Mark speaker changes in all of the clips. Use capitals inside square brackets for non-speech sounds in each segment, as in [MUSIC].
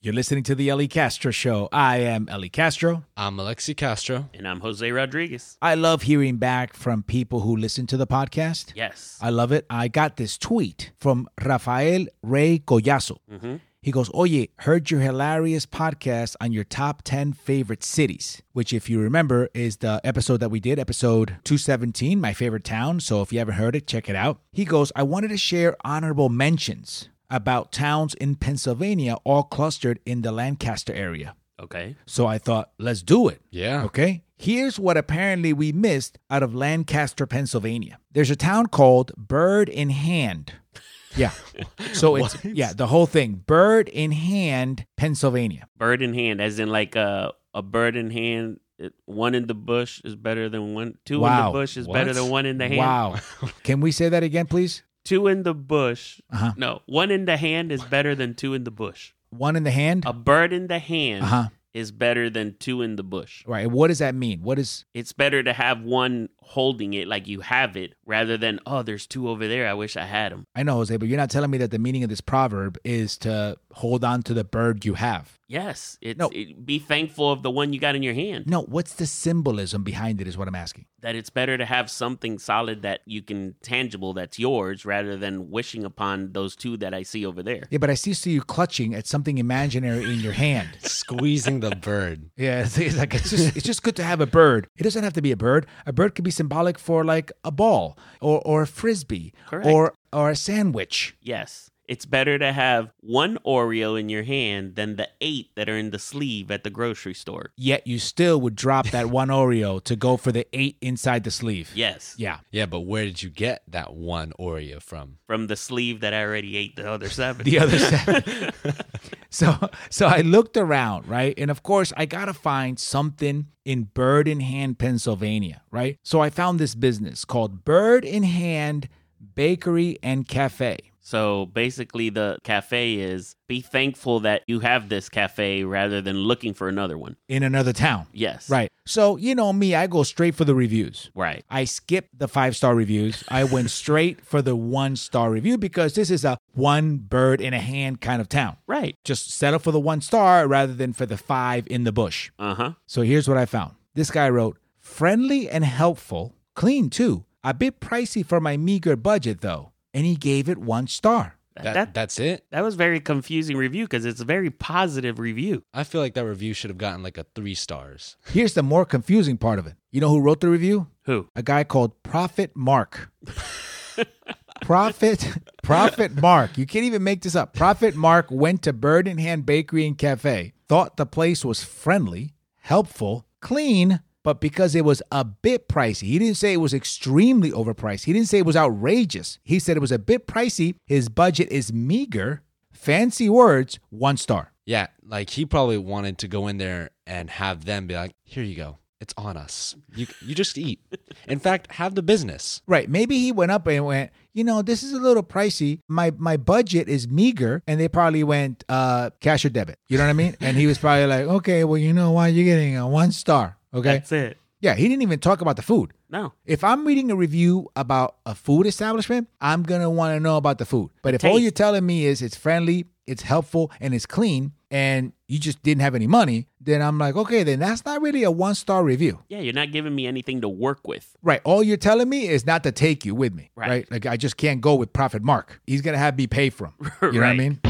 Speaker 1: You're listening to the Ellie Castro Show. I am Ellie Castro.
Speaker 2: I'm Alexi Castro.
Speaker 3: And I'm Jose Rodriguez.
Speaker 1: I love hearing back from people who listen to the podcast.
Speaker 3: Yes.
Speaker 1: I love it. I got this tweet from Rafael Rey Collazo. He goes, Oye, heard your hilarious podcast on your top 10 favorite cities, which, if you remember, is the episode that we did, episode 217, my favorite town. So if you haven't heard it, check it out. He goes, I wanted to share honorable mentions about towns in Pennsylvania all clustered in the Lancaster area.
Speaker 3: Okay.
Speaker 1: So I thought, let's do it.
Speaker 2: Yeah.
Speaker 1: Okay. Here's what apparently we missed out of Lancaster, Pennsylvania. There's a town called Bird in
Speaker 2: [LAUGHS]
Speaker 1: Hand. Yeah. So it's
Speaker 2: What?
Speaker 1: yeah, the whole thing. Bird in Hand, Pennsylvania.
Speaker 3: Bird in hand, as in like a, a bird in hand. it- One in the bush is better than one. Two
Speaker 1: Wow.
Speaker 3: in the bush is
Speaker 2: What?
Speaker 3: better than one in the
Speaker 2: [LAUGHS]
Speaker 3: hand.
Speaker 1: Wow. Can we say that again, please?
Speaker 3: Two in the bush.
Speaker 1: Uh-huh.
Speaker 3: No, one in the hand is better than two in the bush.
Speaker 1: One in the hand?
Speaker 3: A bird in the hand
Speaker 1: Uh-huh.
Speaker 3: is better than two in the bush.
Speaker 1: Right. What does that mean? What is
Speaker 3: It's better to have one holding it like you have it rather than, oh, there's two over there. I wish I had them.
Speaker 1: I know, Jose, but you're not telling me that the meaning of this proverb is to hold on to the bird you have.
Speaker 3: Yes. It's,
Speaker 1: No.
Speaker 3: it- be thankful of the one you got in your hand.
Speaker 1: No, what's the symbolism behind it is what I'm asking.
Speaker 3: that it's better to have something solid that you can tangible that's yours rather than wishing upon those two that I see over there.
Speaker 1: Yeah, but I still see you clutching at something imaginary in your hand.
Speaker 2: Squeezing the bird.
Speaker 1: [LAUGHS] Yeah, it's, it's like it's just it's just good to have a bird. It doesn't have to be a bird. A bird could be symbolic for like a ball or or a frisbee
Speaker 3: Correct.
Speaker 1: or or a sandwich.
Speaker 3: Yes. It's better to have one Oreo in your hand than the eight that are in the sleeve at the grocery store.
Speaker 1: Yet you still would drop that one Oreo to go for the eight inside the sleeve.
Speaker 3: Yes.
Speaker 1: Yeah.
Speaker 2: Yeah, but where did you get that one Oreo from?
Speaker 3: From the sleeve that I already ate the other seven.
Speaker 1: [LAUGHS] The other seven. [LAUGHS] so so I looked around, right? And of course I gotta find something in Bird in Hand, Pennsylvania, right? So I found this business called Bird in Hand Bakery and Cafe.
Speaker 3: So basically, the cafe is be thankful that you have this cafe rather than looking for another one.
Speaker 1: In another town.
Speaker 3: Yes.
Speaker 1: Right. So, you know me, I go straight for the reviews.
Speaker 3: Right.
Speaker 1: I skipped the five star reviews. I went straight for the one star review because this is a one bird in a hand kind of town.
Speaker 3: Right.
Speaker 1: Just settle for the one star rather than for the five in the bush.
Speaker 3: Uh huh.
Speaker 1: So here's what I found this guy wrote friendly and helpful, clean too. A bit pricey for my meager budget though. And he gave it one star.
Speaker 2: That, that's it?
Speaker 3: That was very confusing review because it's a very positive review.
Speaker 2: I feel like that review should have gotten like a three stars.
Speaker 1: Here's the more confusing part of it. You know who wrote the review?
Speaker 3: Who?
Speaker 1: a guy called Prophet Mark. Prophet Prophet Mark. You can't even make this up. Prophet Mark went to Bird in Hand Bakery and Cafe. Thought the place was friendly, helpful, clean, but because it was a bit pricey. He didn't say it was extremely overpriced. He didn't say it was outrageous. He said it was a bit pricey. His budget is meager. Fancy words, one star.
Speaker 2: Yeah, like he probably wanted to go in there and have them be like, "Here you go. It's on us. You you just eat. In fact, have the business."
Speaker 1: Right. Maybe he went up and went, you know, this is a little pricey. My my budget is meager. And they probably went, uh, cash or debit. You know what I mean? And he was probably like, okay, well, you know why You're getting a one star. Okay.
Speaker 3: That's it.
Speaker 1: yeah. He didn't even talk about the food.
Speaker 3: No.
Speaker 1: If I'm reading a review about a food establishment, I'm going to want to know about the food. But if all
Speaker 3: taste.
Speaker 1: you're telling me is it's friendly, it's helpful, and it's clean, and you just didn't have any money, then I'm like, okay, then that's not really a one star review.
Speaker 3: Yeah, you're not giving me anything to work with. [LAUGHS]
Speaker 1: Right. All you're telling me is not to take you with me. Right.
Speaker 3: Right.
Speaker 1: Like I just can't go with Prophet Mark. He's gonna have me pay
Speaker 3: [LAUGHS]
Speaker 1: for him. You know what I
Speaker 3: Right.
Speaker 1: mean?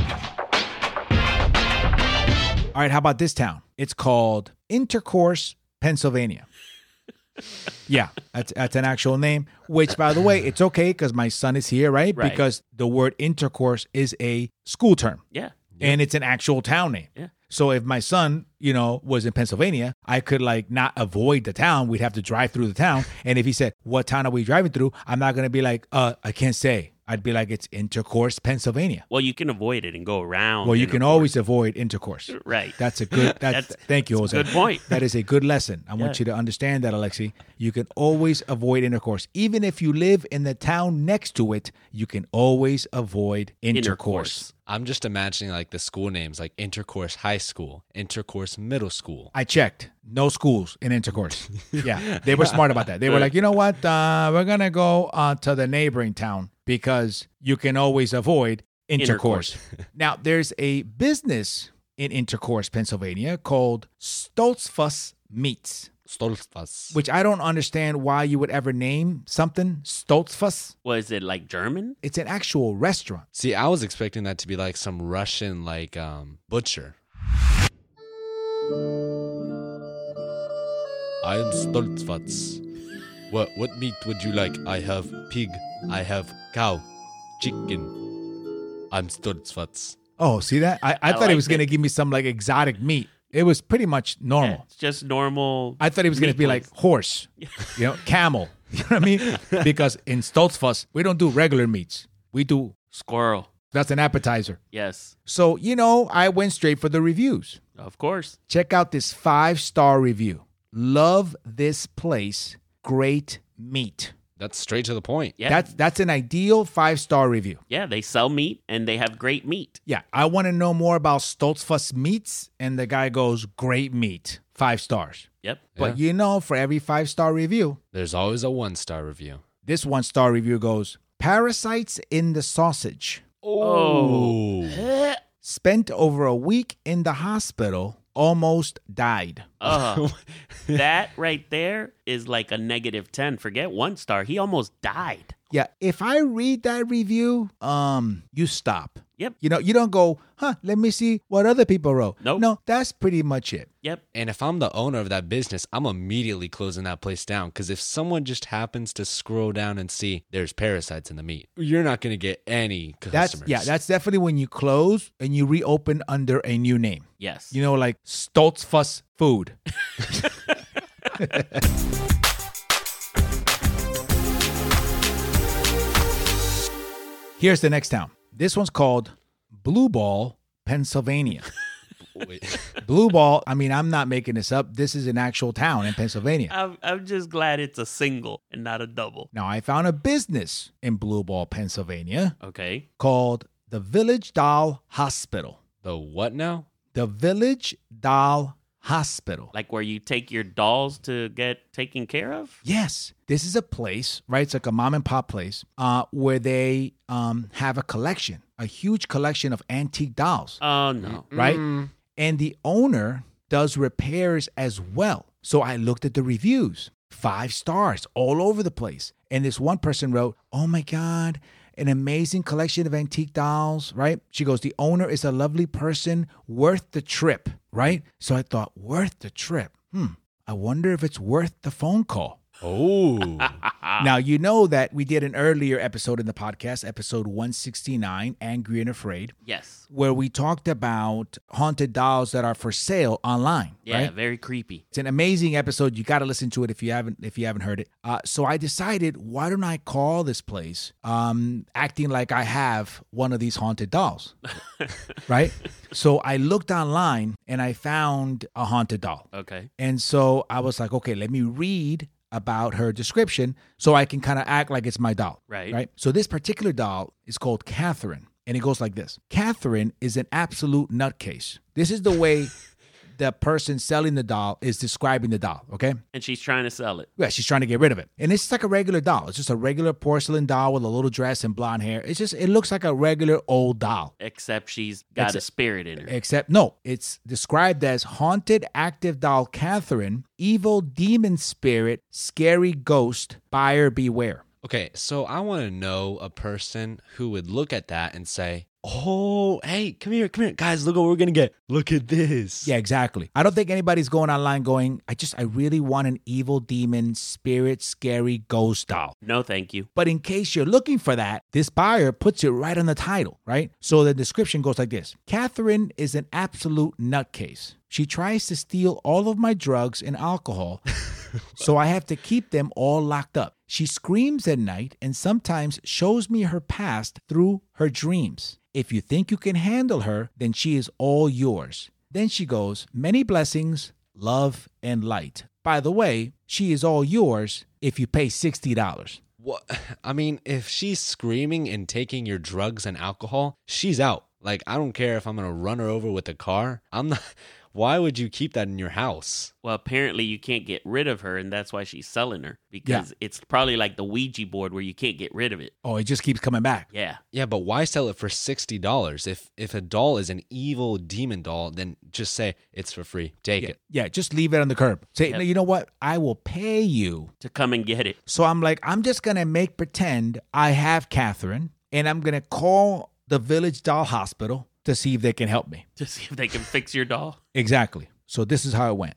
Speaker 1: All right, how about this town? It's called Intercourse,
Speaker 3: [LAUGHS]
Speaker 1: Pennsylvania. yeah, that's, that's an actual name, which, by the way, it's okay because my son is here, right?
Speaker 3: Right.
Speaker 1: Because the word intercourse is a school term
Speaker 3: Yeah.
Speaker 1: and it's an actual town name.
Speaker 3: Yeah.
Speaker 1: So if my son, you know, was in Pennsylvania, I could like not avoid the town. We'd have to drive through the
Speaker 3: [LAUGHS]
Speaker 1: town. And if he said, "What town are we driving through?" I'm not gonna be like, "Uh, I can't say." I'd be like, "It's Intercourse, Pennsylvania."
Speaker 3: Well, you can avoid it and go around.
Speaker 1: Well, you
Speaker 3: and
Speaker 1: can
Speaker 3: avoid-
Speaker 1: always avoid intercourse.
Speaker 3: Right.
Speaker 1: That's a good.
Speaker 3: [LAUGHS]
Speaker 1: That's,
Speaker 3: That's-
Speaker 1: thank you,
Speaker 3: that's a
Speaker 1: Jose.
Speaker 3: good point.
Speaker 1: That is a good lesson. I want
Speaker 3: Yeah.
Speaker 1: you to understand that, Alexi. You can always avoid intercourse, even if you live in the town next to it. You can always avoid intercourse.
Speaker 2: I'm just imagining like the school names like Intercourse High School, Intercourse Middle School.
Speaker 1: I checked. No schools in [LAUGHS] intercourse. yeah, they were smart about that. They were like, you know what? Uh, we're gonna go uh, to the neighboring town [LAUGHS] because you can always avoid intercourse. now, there's a business in Intercourse, Pennsylvania, called Stolzfuss Meats,
Speaker 2: Stolzfass.
Speaker 1: which I don't understand why you would ever name something Stolzfuss.
Speaker 3: Was it like German?
Speaker 1: It's an actual restaurant.
Speaker 2: See, I was expecting that to be like some Russian like um butcher. I am Stolzfatz. What what meat would you like? I have pig, I have cow, chicken. I'm Stolzfatz.
Speaker 1: Oh, see that? I, I, thought he
Speaker 3: liked
Speaker 1: was going to give me some like exotic meat. It was pretty much normal.
Speaker 3: Yeah, it's just normal.
Speaker 1: Oh. I thought he was going to
Speaker 3: Meat
Speaker 1: be like horse, you know, camel. [LAUGHS] You know what I mean? Because in Stolzfuss, we don't do regular meats. We do,
Speaker 3: Squirrel.
Speaker 1: that's an appetizer.
Speaker 3: Yes,
Speaker 1: So, you know, I went straight for the reviews.
Speaker 3: of course.
Speaker 1: Check out this five star review. Love this place. Great meat.
Speaker 2: That's straight to the point.
Speaker 3: Yeah,
Speaker 1: That's, that's an ideal five star review.
Speaker 3: yeah. They sell meat and they have great meat.
Speaker 1: Yeah, I want to know more about Stolzfuss meats. And the guy goes, great meat, five stars. [LAUGHS]
Speaker 3: Yep.
Speaker 1: But you know, for every five star review,
Speaker 2: There's always a one star review.
Speaker 1: this one star review goes Parasites in the sausage.
Speaker 2: Oh.
Speaker 3: Uh,
Speaker 1: Spent over a week in the hospital, almost died. [LAUGHS]
Speaker 3: uh, that right there is like a negative ten. Forget one star. He almost died.
Speaker 1: Yeah, if I read that review, um, you stop.
Speaker 3: Yep.
Speaker 1: You know, you don't go, huh, let me see what other people wrote.
Speaker 3: Nope.
Speaker 1: No, that's pretty much it.
Speaker 3: Yep.
Speaker 2: And if I'm the owner of that business, I'm immediately closing that place down. Because if someone just happens to scroll down and see there's parasites in the meat, you're not going to get any
Speaker 1: That's
Speaker 2: customers.
Speaker 1: yeah, that's definitely when you close and you reopen under a new name.
Speaker 3: Yes.
Speaker 1: You know, like Stoltzfuss food. [LAUGHS] Here's the next town. This one's called Blue Ball, Pennsylvania.
Speaker 2: Wait. [LAUGHS]
Speaker 1: Blue Ball, I mean, I'm not making this up. This is an actual town in Pennsylvania.
Speaker 3: I'm, I'm just glad it's a single and not a double.
Speaker 1: Now, I found a business in Blue Ball, Pennsylvania
Speaker 3: Okay.
Speaker 1: called the Village Doll Hospital.
Speaker 2: the what now?
Speaker 1: The Village Doll Hospital.
Speaker 3: Like where you take your dolls to get taken care of?
Speaker 1: Yes, this is a place, right? It's like a mom and pop place uh, where they um, have a collection, a huge collection of antique dolls,
Speaker 3: Oh, no.
Speaker 1: right? And the owner does repairs as well. So I looked at the reviews, five stars all over the place. And this one person wrote, Oh my God, an amazing collection of antique dolls, right? She goes, The owner is a lovely person, worth the trip, right? So I thought, Worth the trip. Hmm, I wonder if it's worth the phone call.
Speaker 2: Oh. [LAUGHS]
Speaker 1: Now, you know that we did an earlier episode in the podcast, episode 169, Angry and Afraid,
Speaker 3: Yes.
Speaker 1: where we talked about haunted dolls that are for sale online.
Speaker 3: Yeah,
Speaker 1: Right?
Speaker 3: very creepy.
Speaker 1: It's an amazing episode. You got to listen to it if you haven't if you haven't heard it. Uh, so I decided, why don't I call this place, um, acting like I have one of these haunted dolls, right? So I looked online and I found a haunted doll.
Speaker 3: Okay.
Speaker 1: And so I was like, okay, let me read about her description so I can kind of act like it's my doll.
Speaker 3: Right.
Speaker 1: Right. So this particular doll is called Catherine. And it goes like this Catherine is an absolute nutcase. This is the way the person selling the doll is describing the doll. Okay.
Speaker 3: And she's trying to sell it.
Speaker 1: Yeah, she's trying to get rid of it. And it's just like a regular doll. It's just a regular porcelain doll with a little dress and blonde hair. It's just, it looks like a regular old doll.
Speaker 3: Except she's got a spirit in her.
Speaker 1: Except, no, it's described as haunted active doll Catherine, evil demon spirit, scary ghost, buyer beware.
Speaker 2: okay, so I want to know a person who would look at that and say, "Oh, hey, come here, come here, guys, look what we're going to get. Look at this."
Speaker 1: Yeah, exactly. I don't think anybody's going online going, I just, I really want an evil demon spirit, scary ghost doll.
Speaker 3: No, thank you.
Speaker 1: But in case you're looking for that, this buyer puts it right on the title, right? So the description goes like this Catherine is an absolute nutcase. She tries to steal all of my drugs and alcohol, so I have to keep them all locked up. She screams at night and sometimes shows me her past through her dreams. If you think you can handle her, then she is all yours. Then she goes, Many blessings, love, and light. By the way, she is all yours if you pay $60.
Speaker 2: [LAUGHS] What I mean, if she's screaming and taking your drugs and alcohol, she's out. Like I don't care if I'm gonna run her over with a car. I'm not. [LAUGHS] Why would you keep that in your house?
Speaker 3: Well, apparently you can't get rid of her, and that's why she's selling her because it's probably like the Ouija board where you can't get rid of it.
Speaker 1: Oh, it just keeps coming back.
Speaker 3: Yeah,
Speaker 2: Yeah, but why sell it for sixty dollars? If if a doll is an evil demon doll, then just say it's for free. Take
Speaker 1: Yeah,
Speaker 2: it.
Speaker 1: yeah, just leave it on the curb. Say,
Speaker 3: Yep.
Speaker 1: you know what? I will pay you.
Speaker 3: to come and get it. [LAUGHS]
Speaker 1: So I'm like, I'm just gonna make pretend I have Catherine, and I'm gonna call the Village Doll Hospital to see if they can help me.
Speaker 3: to see if they can fix your doll.
Speaker 1: Exactly. So this is how it went.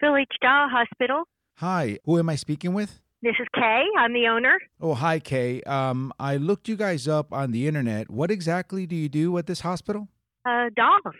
Speaker 4: Village Doll Hospital.
Speaker 1: Hi, who am I speaking with?
Speaker 4: This is Kay. I'm the owner.
Speaker 1: Oh, hi, Kay. Um, I looked you guys up on the internet. What exactly do you do at this hospital?
Speaker 4: Uh, dolls,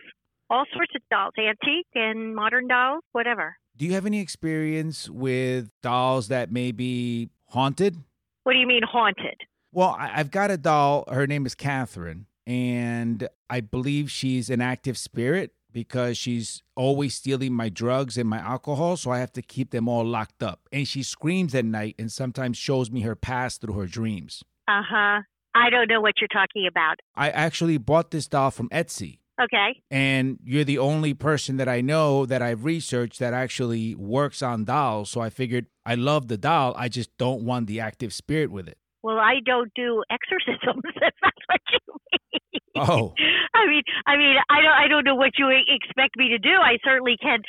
Speaker 4: all sorts of dolls, antique and modern dolls, whatever.
Speaker 1: Do you have any experience with dolls that may be haunted?
Speaker 4: What do you mean haunted?
Speaker 1: Well, I- I've got a doll. Her name is Catherine, and I believe she's an active spirit because she's always stealing my drugs and my alcohol, so I have to keep them all locked up. And she screams at night and sometimes shows me her past through her dreams.
Speaker 4: Uh huh. I don't know what you're talking about.
Speaker 1: I actually bought this doll from Etsy.
Speaker 4: Okay.
Speaker 1: and you're the only person that I know that I've researched that actually works on dolls. So I figured I love the doll. I just don't want the active spirit with it.
Speaker 4: Well, I don't do exorcisms. [LAUGHS] If that's what you mean.
Speaker 1: Oh,
Speaker 4: [LAUGHS] I mean, I mean, I don't, I don't know what you e, expect me to do. I certainly can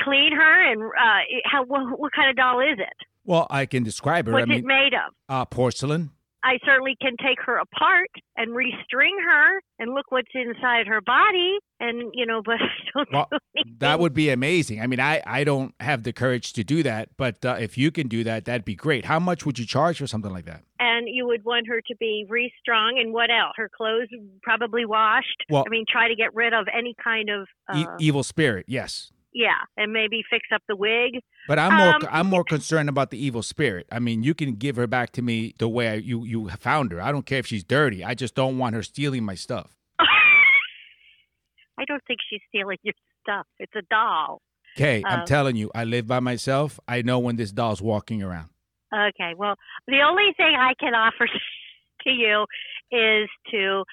Speaker 4: clean her and uh, how what, what kind of doll is it?
Speaker 1: well, I can describe her.
Speaker 4: What's
Speaker 1: I mean,
Speaker 4: it made of?
Speaker 1: uh, porcelain.
Speaker 4: I certainly can take her apart and restring her and look what's inside her body. And, you know, [LAUGHS] but I don't
Speaker 1: Well,
Speaker 4: do anything.
Speaker 1: That would be amazing. I mean, I, I don't have the courage to do that, but uh, if you can do that, that'd be great. How much would you charge for something like that?
Speaker 4: And you would want her to be restrung and what else? Her clothes probably washed.
Speaker 1: Well-
Speaker 4: I mean, try to get rid of any kind of, uh,
Speaker 1: E- evil spirit, yes.
Speaker 4: yeah, and maybe fix up the wig. [LAUGHS]
Speaker 1: But I'm more
Speaker 4: um,
Speaker 1: I'm more concerned about the evil spirit. I mean, you can give her back to me the way I, you you found her. I don't care if she's dirty. I just don't want her stealing my stuff.
Speaker 4: I don't think she's stealing your stuff. It's a doll.
Speaker 1: Okay, I'm
Speaker 4: Um,
Speaker 1: telling you, I live by myself. I know when this doll's walking around.
Speaker 4: Okay. Well, the only thing I can offer [LAUGHS] to you is to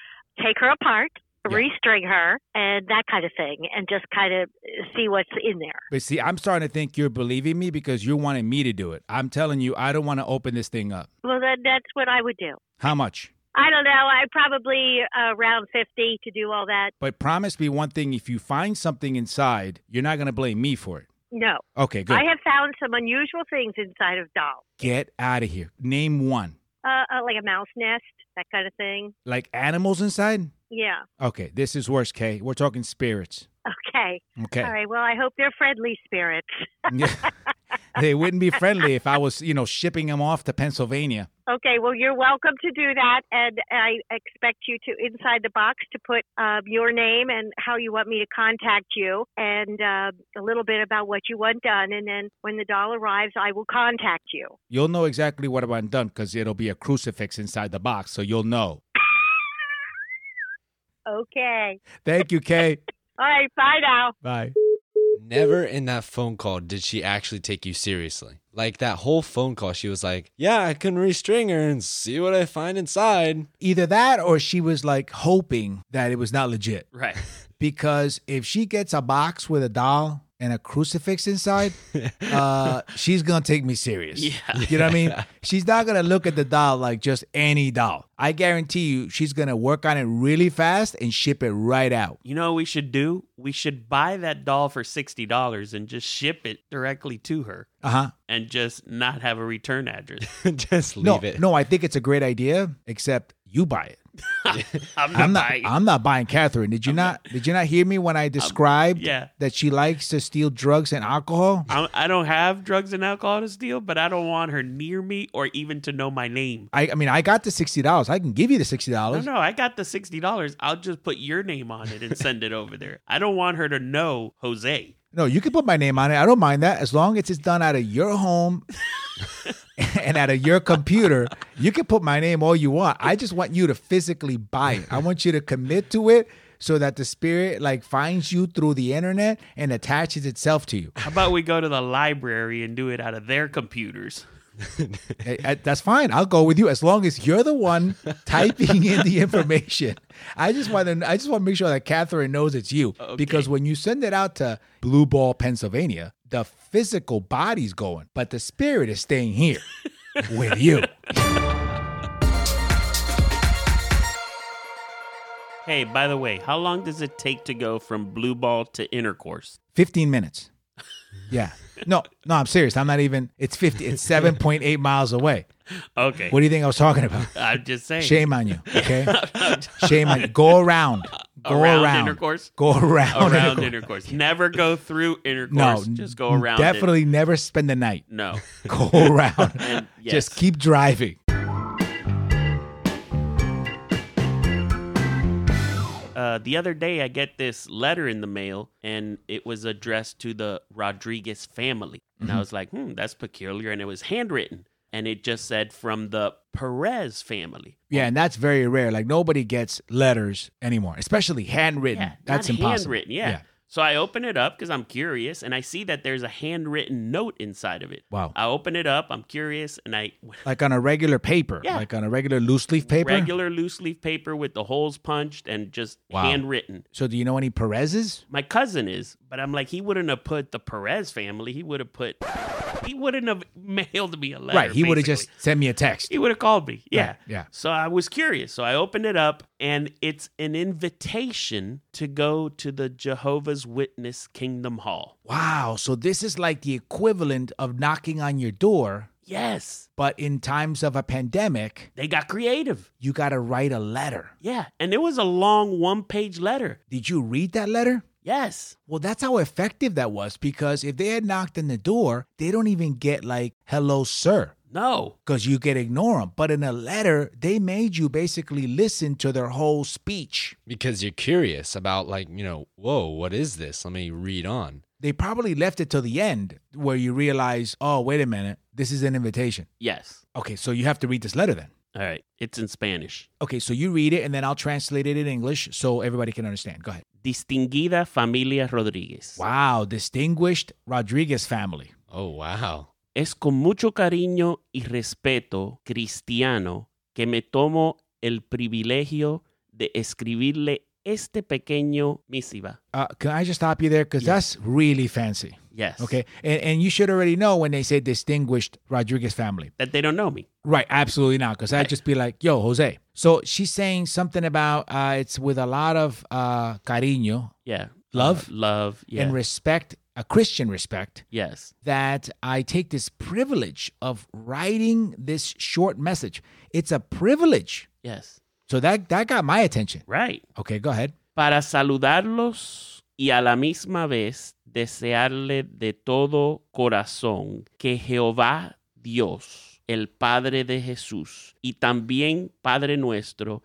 Speaker 4: take her apart,
Speaker 1: Yeah.
Speaker 4: restring her, and that kind of thing, and just kind of see what's in there.
Speaker 1: But see, I'm starting to think you're believing me because you're wanting me to do it. I'm telling you, I don't want to open this thing up.
Speaker 4: Well, then that's what I would do.
Speaker 1: How much?
Speaker 4: I don't know. I probably uh, around fifty to do all that.
Speaker 1: But promise me one thing if you find something inside, you're not going to blame me for it.
Speaker 4: No,
Speaker 1: Okay, good.
Speaker 4: I have found some unusual things inside of dolls,
Speaker 1: Get out of here. Name one.
Speaker 4: uh, uh, like a mouse nest, that kind of thing.
Speaker 1: Like animals inside?
Speaker 4: Yeah.
Speaker 1: Okay, this is worse, Kay. We're talking spirits.
Speaker 4: Okay.
Speaker 1: Okay. [LAUGHS]
Speaker 4: All right. Well, I hope they're friendly spirits.
Speaker 1: they wouldn't be friendly if I was, you know, shipping them off to Pennsylvania.
Speaker 4: Okay, well, you're welcome to do that, and I expect you to inside the box to put um, your name and how you want me to contact you, and uh, a little bit about what you want done, and then when the doll arrives, I will contact you.
Speaker 1: You'll know exactly what I've done because it'll be a crucifix inside the box, so you'll know.
Speaker 4: Okay.
Speaker 1: Thank you,
Speaker 4: [LAUGHS]
Speaker 1: Kay.
Speaker 4: All right. Bye now.
Speaker 1: Bye.
Speaker 2: Never in that phone call did she actually take you seriously. Like that whole phone call, she was like, "Yeah, I can restring her and see what I find inside." [LAUGHS]
Speaker 1: Either that or she was like hoping that it was not legit.
Speaker 3: [LAUGHS] Right.
Speaker 1: Because if she gets a box with a doll and a crucifix inside, uh, she's going to take me serious.
Speaker 3: [LAUGHS] Yeah.
Speaker 1: You know what I mean? She's not going to look at the doll like just any doll. I guarantee you, she's going to work on it really fast and ship it right out.
Speaker 3: You know what we should do? We should buy that doll for sixty dollars and just ship it directly to her
Speaker 1: Uh huh.
Speaker 3: and just not have a return address.
Speaker 2: just leave
Speaker 1: No,
Speaker 2: it.
Speaker 1: no, I think it's a great idea, except you buy it.
Speaker 3: I'm not,
Speaker 1: I'm not.
Speaker 3: buying-
Speaker 1: I'm not buying Catherine. Did you not, Did you not hear me when I described
Speaker 3: yeah.
Speaker 1: that she likes to steal drugs and alcohol?
Speaker 3: I'm, I don't have drugs and alcohol to steal, but I don't want her near me or even to know my name.
Speaker 1: I, I mean, I got the sixty dollars. I can give you the sixty
Speaker 3: No,
Speaker 1: dollars.
Speaker 3: no, I got the sixty dollars. I'll just put your name on it and send it over there. I don't want her to know Jose.
Speaker 1: No, you can put my name on it. I don't mind that as long as it's done out of your home and out of your computer. You can put my name all you want. I just want you to physically buy it. I want you to commit to it so that the spirit like finds you through the internet and attaches itself to you.
Speaker 3: How about we go to the library and do it out of their
Speaker 1: I-
Speaker 3: computers?
Speaker 1: I- Eh, that's fine. I'll go with you as long as you're the [LAUGHS] one typing in the information. I just want to. I just want to make sure that Catherine knows it's you because when you send it out to Blue Ball, Pennsylvania, the physical body's going, but the spirit is staying [LAUGHS] here with you.
Speaker 3: Hey, by the way, how long does it take to go from blue ball to intercourse?
Speaker 1: Fifteen minutes. Yeah. No, no, I'm serious. I'm not even. It's fifty. It's seven point eight miles away.
Speaker 3: Okay.
Speaker 1: What do you think I was talking about?
Speaker 3: I'm just saying.
Speaker 1: Shame on [LAUGHS] you. Okay. Shame on you. Go [LAUGHS] around. Go
Speaker 3: Around
Speaker 1: around.
Speaker 3: intercourse?
Speaker 1: Go around.
Speaker 3: Around
Speaker 1: intercourse.
Speaker 3: intercourse. Never go through
Speaker 1: No,
Speaker 3: intercourse. just go around. it.
Speaker 1: Definitely never spend the
Speaker 3: [LAUGHS]
Speaker 1: night. [LAUGHS]
Speaker 3: No.
Speaker 1: Go around.
Speaker 3: And
Speaker 1: [LAUGHS]
Speaker 3: yes.
Speaker 1: Just keep driving.
Speaker 3: Uh, the other day, I get this letter in the mail, and it was addressed to the Rodriguez family. And
Speaker 1: Mm-hmm.
Speaker 3: I was like, hmm, that's peculiar. And it was handwritten. And it just said from the Perez family.
Speaker 1: Yeah, and that's very rare. Like nobody gets letters anymore, especially handwritten. that's
Speaker 3: not
Speaker 1: impossible.
Speaker 3: Handwritten, yeah. So I open it up because I'm curious, and I see that there's a handwritten note inside of it.
Speaker 1: Wow.
Speaker 3: I open it up, I'm curious, and I
Speaker 1: Like on a regular paper,
Speaker 3: Yeah.
Speaker 1: like on a regular loose leaf paper.
Speaker 3: regular loose leaf paper with the holes punched and just
Speaker 1: Wow.
Speaker 3: handwritten.
Speaker 1: so, do you know any Perez's?
Speaker 3: My cousin is, but I'm like, he wouldn't have put the Perez family. He would have put, he wouldn't have [LAUGHS] mailed me a letter.
Speaker 1: right. He would have
Speaker 3: basically.
Speaker 1: just sent me a text.
Speaker 3: He would have called me. Yeah.
Speaker 1: Right, yeah.
Speaker 3: So I was curious. So I opened it up and it's an invitation to go to the Jehovah's Witness Kingdom Hall.
Speaker 1: Wow. So, this is like the equivalent of knocking on your door,
Speaker 3: Yes.
Speaker 1: but in times of a pandemic,
Speaker 3: They got creative.
Speaker 1: you got to write a letter.
Speaker 3: Yeah. And it was a long one page letter.
Speaker 1: Did you read that letter?
Speaker 3: Yes.
Speaker 1: Well, that's how effective that was because if they had knocked on the door, they don't even get like, hello, sir,
Speaker 3: No.
Speaker 1: because you get ignore them. But in a letter, they made you basically listen to their whole speech.
Speaker 2: because you're curious about like you know whoa what is this let me read on
Speaker 1: They probably left it till the end where you realize, oh, wait a minute, this is an invitation.
Speaker 3: Yes.
Speaker 1: Okay, so you have to read this letter then.
Speaker 3: All right. It's in Spanish.
Speaker 1: Okay, so you read it and then I'll translate it in English so everybody can understand. Go ahead.
Speaker 3: Distinguida familia Rodríguez.
Speaker 1: Wow, distinguished Rodriguez family.
Speaker 2: oh wow
Speaker 3: Es con mucho cariño y respeto cristiano que me tomo el privilegio de escribirle este pequeño misiva.
Speaker 1: Uh, can I just stop you there? Because that's really fancy.
Speaker 3: Yes.
Speaker 1: Okay. And, and you should already know when they say distinguished Rodriguez family.
Speaker 3: That they don't know me.
Speaker 1: Right. Absolutely not. Because I'd just be like, yo, Jose. So she's saying something about uh, it's with a lot of uh, cariño
Speaker 3: Yeah.
Speaker 1: Love?
Speaker 3: Uh, love. Yeah.
Speaker 1: and respect, a Christian respect,
Speaker 3: yes.
Speaker 1: that I take this privilege of writing this short message. It's a privilege.
Speaker 3: Yes.
Speaker 1: So that, that got my attention.
Speaker 3: Right.
Speaker 1: Okay. Go ahead.
Speaker 3: para saludarlos y a la misma vez desearle de todo corazón que Jehová Dios, el Padre de Jesús y también Padre nuestro.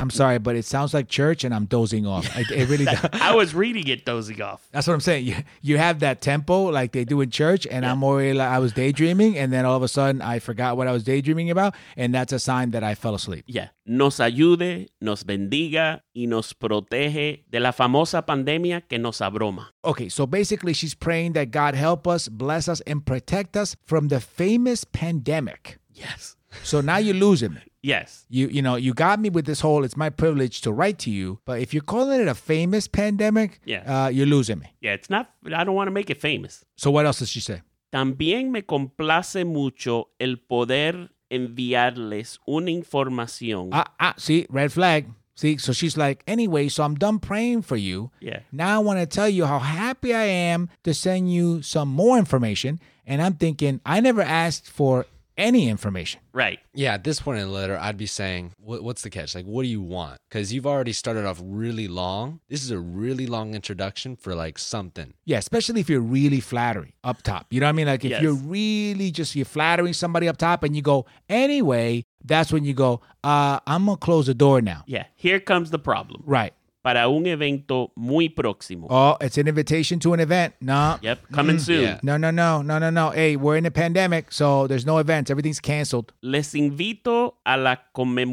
Speaker 1: I'm sorry, but it sounds like church and I'm dozing off. I, it [LAUGHS] really does.
Speaker 3: I was reading it dozing off.
Speaker 1: That's what I'm saying. You, you have that tempo like they do in church, and I'm already like, I was daydreaming, and then all of a sudden I forgot what I was daydreaming about, and that's a sign that I fell asleep.
Speaker 3: Yeah. Nos ayude, nos bendiga y nos protege de la famosa pandemia que nos abroma.
Speaker 1: Okay, so basically she's praying that God help us, bless us, and protect us from the famous pandemic.
Speaker 3: Yes.
Speaker 1: So now you're losing me.
Speaker 3: Yes.
Speaker 1: You you know you got me with this whole it's my privilege to write to you, but if you're calling it a famous pandemic,
Speaker 3: Yeah.
Speaker 1: uh, you're losing me.
Speaker 3: Yeah, it's not I don't want to make it famous.
Speaker 1: So what else does she say?
Speaker 3: También me complace mucho el poder enviarles una información.
Speaker 1: Ah, ah, see, red flag. See, so she's like, anyway, so I'm done praying for you.
Speaker 3: Yeah.
Speaker 1: Now I want to tell you how happy I am to send you some more information. And I'm thinking, I never asked for any information.
Speaker 3: Right.
Speaker 2: yeah at this point in the letter i'd be saying what, what's the catch like what do you want because you've already started off really long this is a really long introduction for like something
Speaker 1: Yeah, especially if you're really flattering up top. You know what I mean? Like if
Speaker 3: Yes.
Speaker 1: you're really just you're flattering somebody up top and you go, anyway, that's when you go, uh, I'm gonna close the door now.
Speaker 3: Yeah, here comes the problem.
Speaker 1: Right.
Speaker 3: Para un evento muy próximo.
Speaker 1: Oh, Mm, it's an invitation to an event. No.
Speaker 3: Yep, coming soon.
Speaker 2: Yeah.
Speaker 1: No, no, no, no, no, no. Hey, we're in a pandemic, so there's no events. Everything's canceled.
Speaker 3: Les invito a la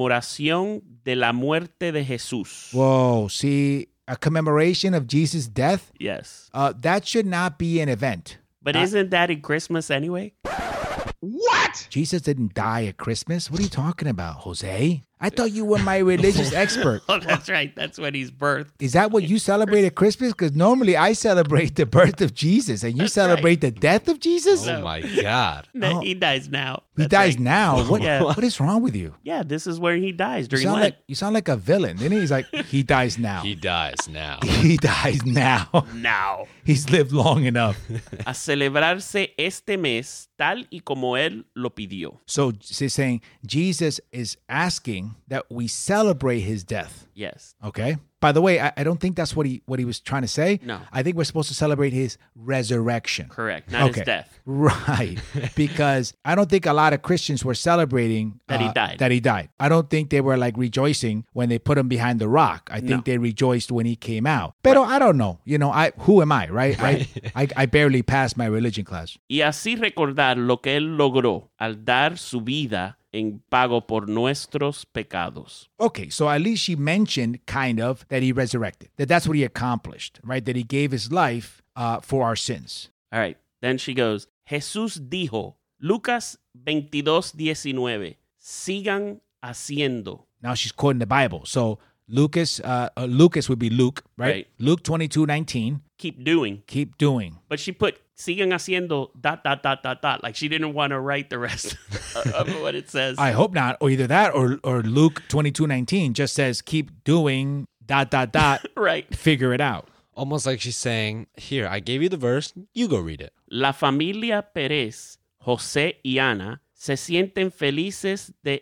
Speaker 3: conmemoración de la muerte de Jesús.
Speaker 1: Whoa, see, a commemoration of Jesus' death?
Speaker 3: yes.
Speaker 1: Uh, that should not be an event.
Speaker 3: But isn't that in Christmas anyway?
Speaker 5: What? that.
Speaker 1: Jesus didn't die at Christmas. What are you talking about, Jose? I thought you were my
Speaker 3: [LAUGHS]
Speaker 1: religious expert.
Speaker 3: Oh, that's right. That's when he's birthed.
Speaker 1: Is that what you celebrate at Christmas? Because normally I celebrate the birth of Jesus, and you
Speaker 3: That's
Speaker 1: celebrate the death of Jesus.
Speaker 2: Oh my God.
Speaker 3: No,
Speaker 1: Oh.
Speaker 3: He dies now.
Speaker 1: he
Speaker 3: That's
Speaker 1: dies
Speaker 3: right.
Speaker 1: now. What?
Speaker 3: Yeah.
Speaker 1: What is wrong with you?
Speaker 3: Yeah, this is where he dies
Speaker 1: You
Speaker 3: during
Speaker 1: sound
Speaker 3: Lent.
Speaker 1: like you sound like a villain. Then he's like,
Speaker 3: [LAUGHS]
Speaker 1: he dies now.
Speaker 2: He dies now.
Speaker 1: he dies now. [LAUGHS]
Speaker 3: now.
Speaker 1: He's lived long enough.
Speaker 3: A celebrarse este mes tal y como él lo pidió.
Speaker 1: So she's saying Jesus is asking that we celebrate his death.
Speaker 3: Yes.
Speaker 1: Okay. By the way, I, I don't think that's what he what he was trying to say.
Speaker 3: No.
Speaker 1: I think we're supposed to celebrate his resurrection.
Speaker 3: Correct. Not
Speaker 1: Okay.
Speaker 3: his death. [LAUGHS]
Speaker 1: Right. because I don't think a lot of Christians were celebrating uh,
Speaker 3: That he died.
Speaker 1: That he died. I don't think they were like rejoicing when they put him behind the rock. I think
Speaker 3: No.
Speaker 1: they rejoiced when he came out. But I don't know. You know, I who am I, right?
Speaker 3: [LAUGHS]
Speaker 1: I, I I barely passed my religion class.
Speaker 3: Y así recordar lo que él logró al dar su vida en pago por nuestros pecados.
Speaker 1: Okay, so at least she mentioned kind of that he resurrected. That that's what he accomplished, right? That he gave his life uh, for our sins.
Speaker 3: All right. Then she goes, Jesús dijo, Lucas 22, 19, sigan haciendo.
Speaker 1: Now she's quoting the Bible. So Lucas, uh, uh, Lucas would be Luke, right?
Speaker 3: Right.
Speaker 1: Luke twenty two nineteen.
Speaker 3: Keep doing.
Speaker 1: Keep doing.
Speaker 3: But she put sigan haciendo dot dot dot dot dot. Like she didn't want to write the rest [LAUGHS] of what it says.
Speaker 1: I hope not. Or either that, or or Luke twenty two nineteen just says keep doing dot dot
Speaker 3: [LAUGHS]
Speaker 1: dot.
Speaker 3: right.
Speaker 1: figure it out.
Speaker 2: Almost like she's saying, Here, I gave you the verse. You go read it.
Speaker 3: La familia Pérez, José y Ana, se sienten felices de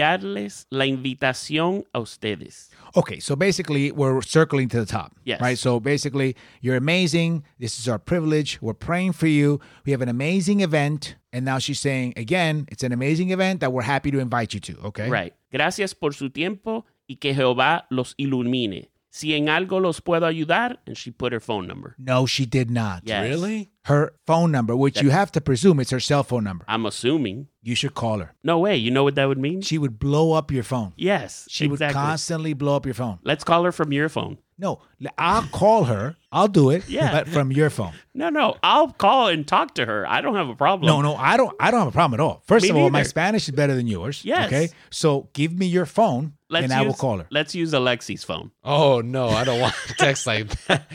Speaker 3: enviarles la invitación a ustedes.
Speaker 1: Okay, so basically we're circling to the top.
Speaker 3: Yes.
Speaker 1: Right. So basically, you're amazing. This is our privilege. We're praying for you. We have an amazing event. And now she's saying again, it's an amazing event that we're happy to invite you to. Okay.
Speaker 3: Right. Gracias por su tiempo y que Jehová los ilumine. Si en algo los puedo ayudar, and she put her phone number.
Speaker 1: No, she did not.
Speaker 3: Yes.
Speaker 2: Really?
Speaker 1: Her phone number, which you have to presume it's her cell phone number.
Speaker 3: I'm assuming.
Speaker 1: You should call her.
Speaker 3: No way. You know what that would mean?
Speaker 1: She would blow up your phone.
Speaker 3: yes.
Speaker 1: She
Speaker 3: exactly.
Speaker 1: would constantly blow up your phone.
Speaker 3: Let's call her from your phone.
Speaker 1: No, I'll call her. I'll do it.
Speaker 3: Yeah.
Speaker 1: But from your
Speaker 3: [LAUGHS]
Speaker 1: phone.
Speaker 3: No, no. I'll call and talk to her. I don't have a problem.
Speaker 1: No, no, I don't. I don't have a problem at all. First
Speaker 3: Me
Speaker 1: of all, my
Speaker 3: neither.
Speaker 1: Spanish is better than yours.
Speaker 3: Yes.
Speaker 1: Okay. So give me your phone, and I will
Speaker 3: use-
Speaker 1: call her.
Speaker 3: Let's use Alexi's phone.
Speaker 2: Oh, no, I don't want to text like that.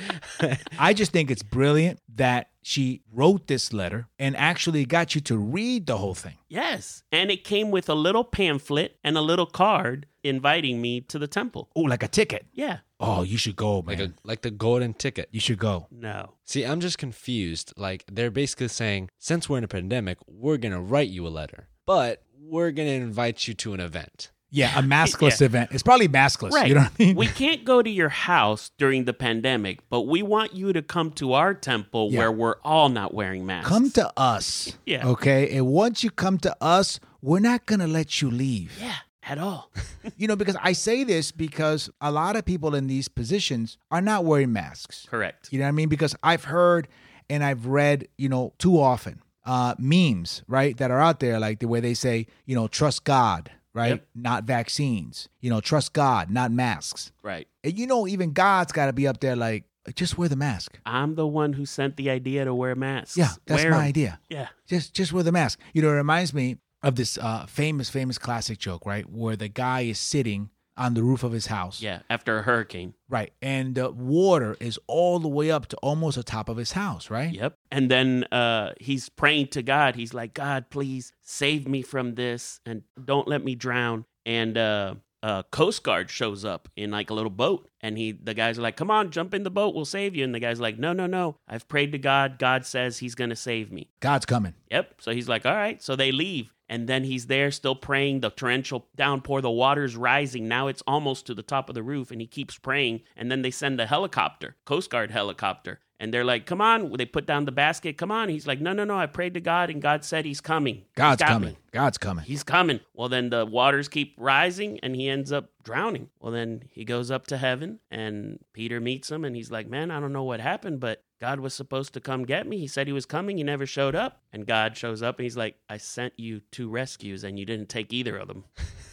Speaker 1: I just think it's brilliant that she wrote this letter and actually got you to read the whole thing.
Speaker 3: Yes. And it came with a little pamphlet and a little card inviting me to the temple.
Speaker 1: Oh, like a ticket.
Speaker 3: Yeah.
Speaker 1: Oh, you should go, man.
Speaker 2: Like, a, like the golden ticket.
Speaker 1: you should go.
Speaker 3: No.
Speaker 2: See, I'm just confused. Like, they're basically saying, since we're in a pandemic, we're going to write you a letter, but we're going to invite you to an event.
Speaker 1: Yeah,
Speaker 3: [LAUGHS]
Speaker 1: a maskless event. It's probably maskless.
Speaker 3: Right.
Speaker 1: You know what I mean?
Speaker 3: we can't go to your house during the pandemic, but we want you to come to our temple
Speaker 1: Yeah.
Speaker 3: where we're all not wearing masks.
Speaker 1: come to us.
Speaker 3: Yeah.
Speaker 1: Okay. And once you come to us, we're not gonna let you leave.
Speaker 3: Yeah, at all.
Speaker 1: You know, because I say this because a lot of people in these positions are not wearing masks.
Speaker 3: [LAUGHS] Correct.
Speaker 1: You know what I mean? Because I've heard and I've read, you know, too often uh, memes, right, that are out there, like the way they say, you know, trust God, right,
Speaker 3: Yep.
Speaker 1: not vaccines. You know, trust God, not masks.
Speaker 3: Right.
Speaker 1: And you know, even God's got to be up there, like, just wear the mask.
Speaker 3: I'm the one who sent the idea to wear masks.
Speaker 1: Yeah, that's
Speaker 3: Wear
Speaker 1: my
Speaker 3: 'em.
Speaker 1: idea.
Speaker 3: Yeah.
Speaker 1: Just, just wear the mask. You know, it reminds me of this uh, famous, famous classic joke, right, where the guy is sitting on the roof of his house,
Speaker 3: Yeah. After a hurricane.
Speaker 1: right, and the water is all the way up to almost the top of his house, right?
Speaker 3: Yep. And then uh, he's praying to God. He's like, God, please save me from this and don't let me drown. And uh, uh, Coast Guard shows up in like a little boat. And he, the guys are like, come on, jump in the boat. We'll save you. And the guy's like, no, no, no. I've prayed to God. God says he's going to save me.
Speaker 1: God's coming.
Speaker 3: Yep. So he's like, all right. So they leave. And then he's there still praying. The torrential downpour, the water's rising. Now it's almost to the top of the roof. And he keeps praying. And then they send the helicopter, Coast Guard helicopter. And they're like, come on. They put down the basket. Come on. He's like, no, no, no. I prayed to God and God said he's coming.
Speaker 1: God's
Speaker 3: he's got
Speaker 1: coming.
Speaker 3: me.
Speaker 1: God's coming.
Speaker 3: He's coming. Well, then the waters keep rising and he ends up drowning. Well, then he goes up to heaven and Peter meets him and he's like, Man, I don't know what happened, but God was supposed to come get me. He said he was coming. He never showed up. And God shows up and he's like, I sent you two rescues and you didn't take either of them.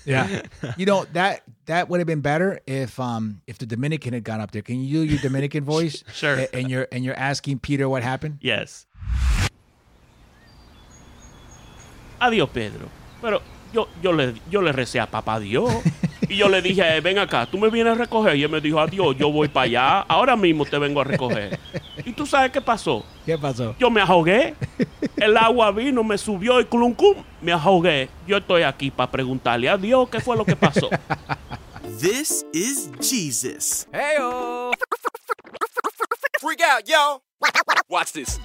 Speaker 1: Yeah. [LAUGHS] you know, that that would have been better if um if the Dominican had gone up there. Can you do your Dominican voice?
Speaker 3: [LAUGHS] Sure.
Speaker 1: A- And you're and you're asking Peter what happened?
Speaker 3: Yes. adiós Pedro. Pero yo, yo, le, yo le recé a papá Dios. Y yo le dije, "Eh, ven acá, tú me vienes a recoger. Y él me dijo, adiós, yo voy para allá. Ahora mismo te vengo a recoger. ¿Y tú sabes qué pasó?
Speaker 1: ¿Qué pasó?
Speaker 3: Yo me ahogué. El agua vino, me subió y clum clum, me ahogué. Yo estoy aquí para preguntarle a Dios qué fue lo que pasó.
Speaker 5: This is Jesus.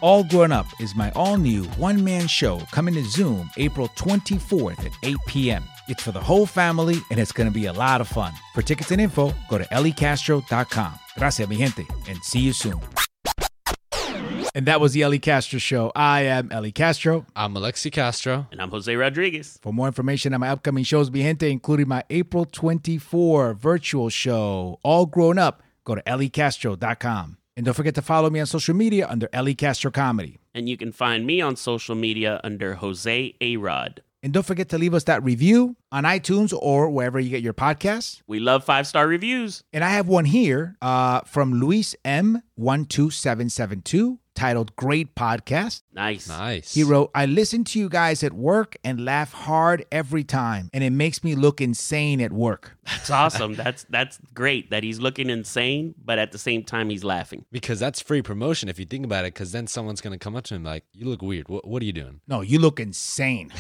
Speaker 1: All Grown Up is my all new one man show coming to Zoom April 24th at 8 p.m. It's for the whole family and it's going to be a lot of fun. For tickets and info, go to E elliecastro.com. Gracias, mi gente, and see you soon. And that was the Ellie Castro Show. I am Ellie Castro.
Speaker 2: [LAUGHS] I'm Alexi Castro.
Speaker 3: And I'm Jose Rodriguez.
Speaker 1: For more information on my upcoming shows, mi gente, including my April 24 virtual show, All Grown Up, go to E elliecastro.com. And don't forget to follow me on social media under Ellie Castro Comedy.
Speaker 3: And you can find me on social media under Jose Arod.
Speaker 1: And don't forget to leave us that review on iTunes or wherever you get your podcasts.
Speaker 3: We love five star reviews.
Speaker 1: And I have one here uh, from Luis M12772 titled Great Podcast.
Speaker 3: Nice.
Speaker 2: Nice.
Speaker 1: He wrote, I listen to you guys at work and laugh hard every time, and it makes me look insane at work.
Speaker 3: That's awesome. that's that's great that he's looking insane, but at the same time he's laughing.
Speaker 2: Because that's free promotion if you think about it, because then someone's going to come up to him like, you look weird. What, what are you doing?
Speaker 1: No, you look insane.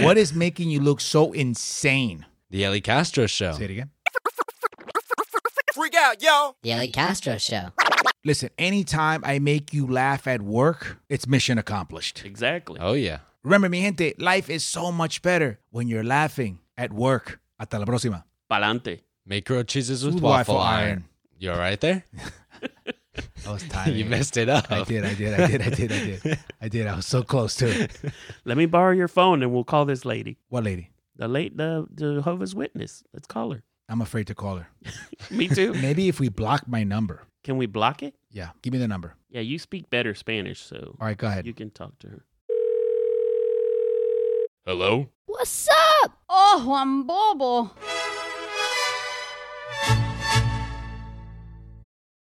Speaker 1: what is making you look so insane?
Speaker 2: The Ellie Castro Show.
Speaker 1: Say it again.
Speaker 6: The Ellie Castro Show.
Speaker 1: Listen, anytime I make you laugh at work, it's mission accomplished.
Speaker 3: Exactly.
Speaker 2: Oh, yeah.
Speaker 1: Remember, mi gente, life is so much better when you're laughing at work. Hasta la próxima.
Speaker 3: Palante.
Speaker 2: Make grilled cheeses with
Speaker 1: With
Speaker 2: waffle,
Speaker 1: waffle
Speaker 2: iron.
Speaker 1: iron.
Speaker 2: You all right there?
Speaker 1: I was tired.
Speaker 2: [LAUGHS] you messed it up.
Speaker 1: I did, I did, I did, I did, I
Speaker 2: [LAUGHS]
Speaker 1: did. I did. I was so close to it.
Speaker 3: Let me borrow your phone and we'll call this lady.
Speaker 1: What lady?
Speaker 3: The late the the Jehovah's Witness. Let's call her.
Speaker 1: I'm afraid to call her.
Speaker 3: Me too.
Speaker 1: Maybe if we block my number.
Speaker 3: Can we block it?
Speaker 1: Yeah, give me the number.
Speaker 3: Yeah, you speak better Spanish, so
Speaker 1: All right, go ahead.
Speaker 3: you can talk to her.
Speaker 2: Hello?
Speaker 7: What's up? Oh, Juan Bobo.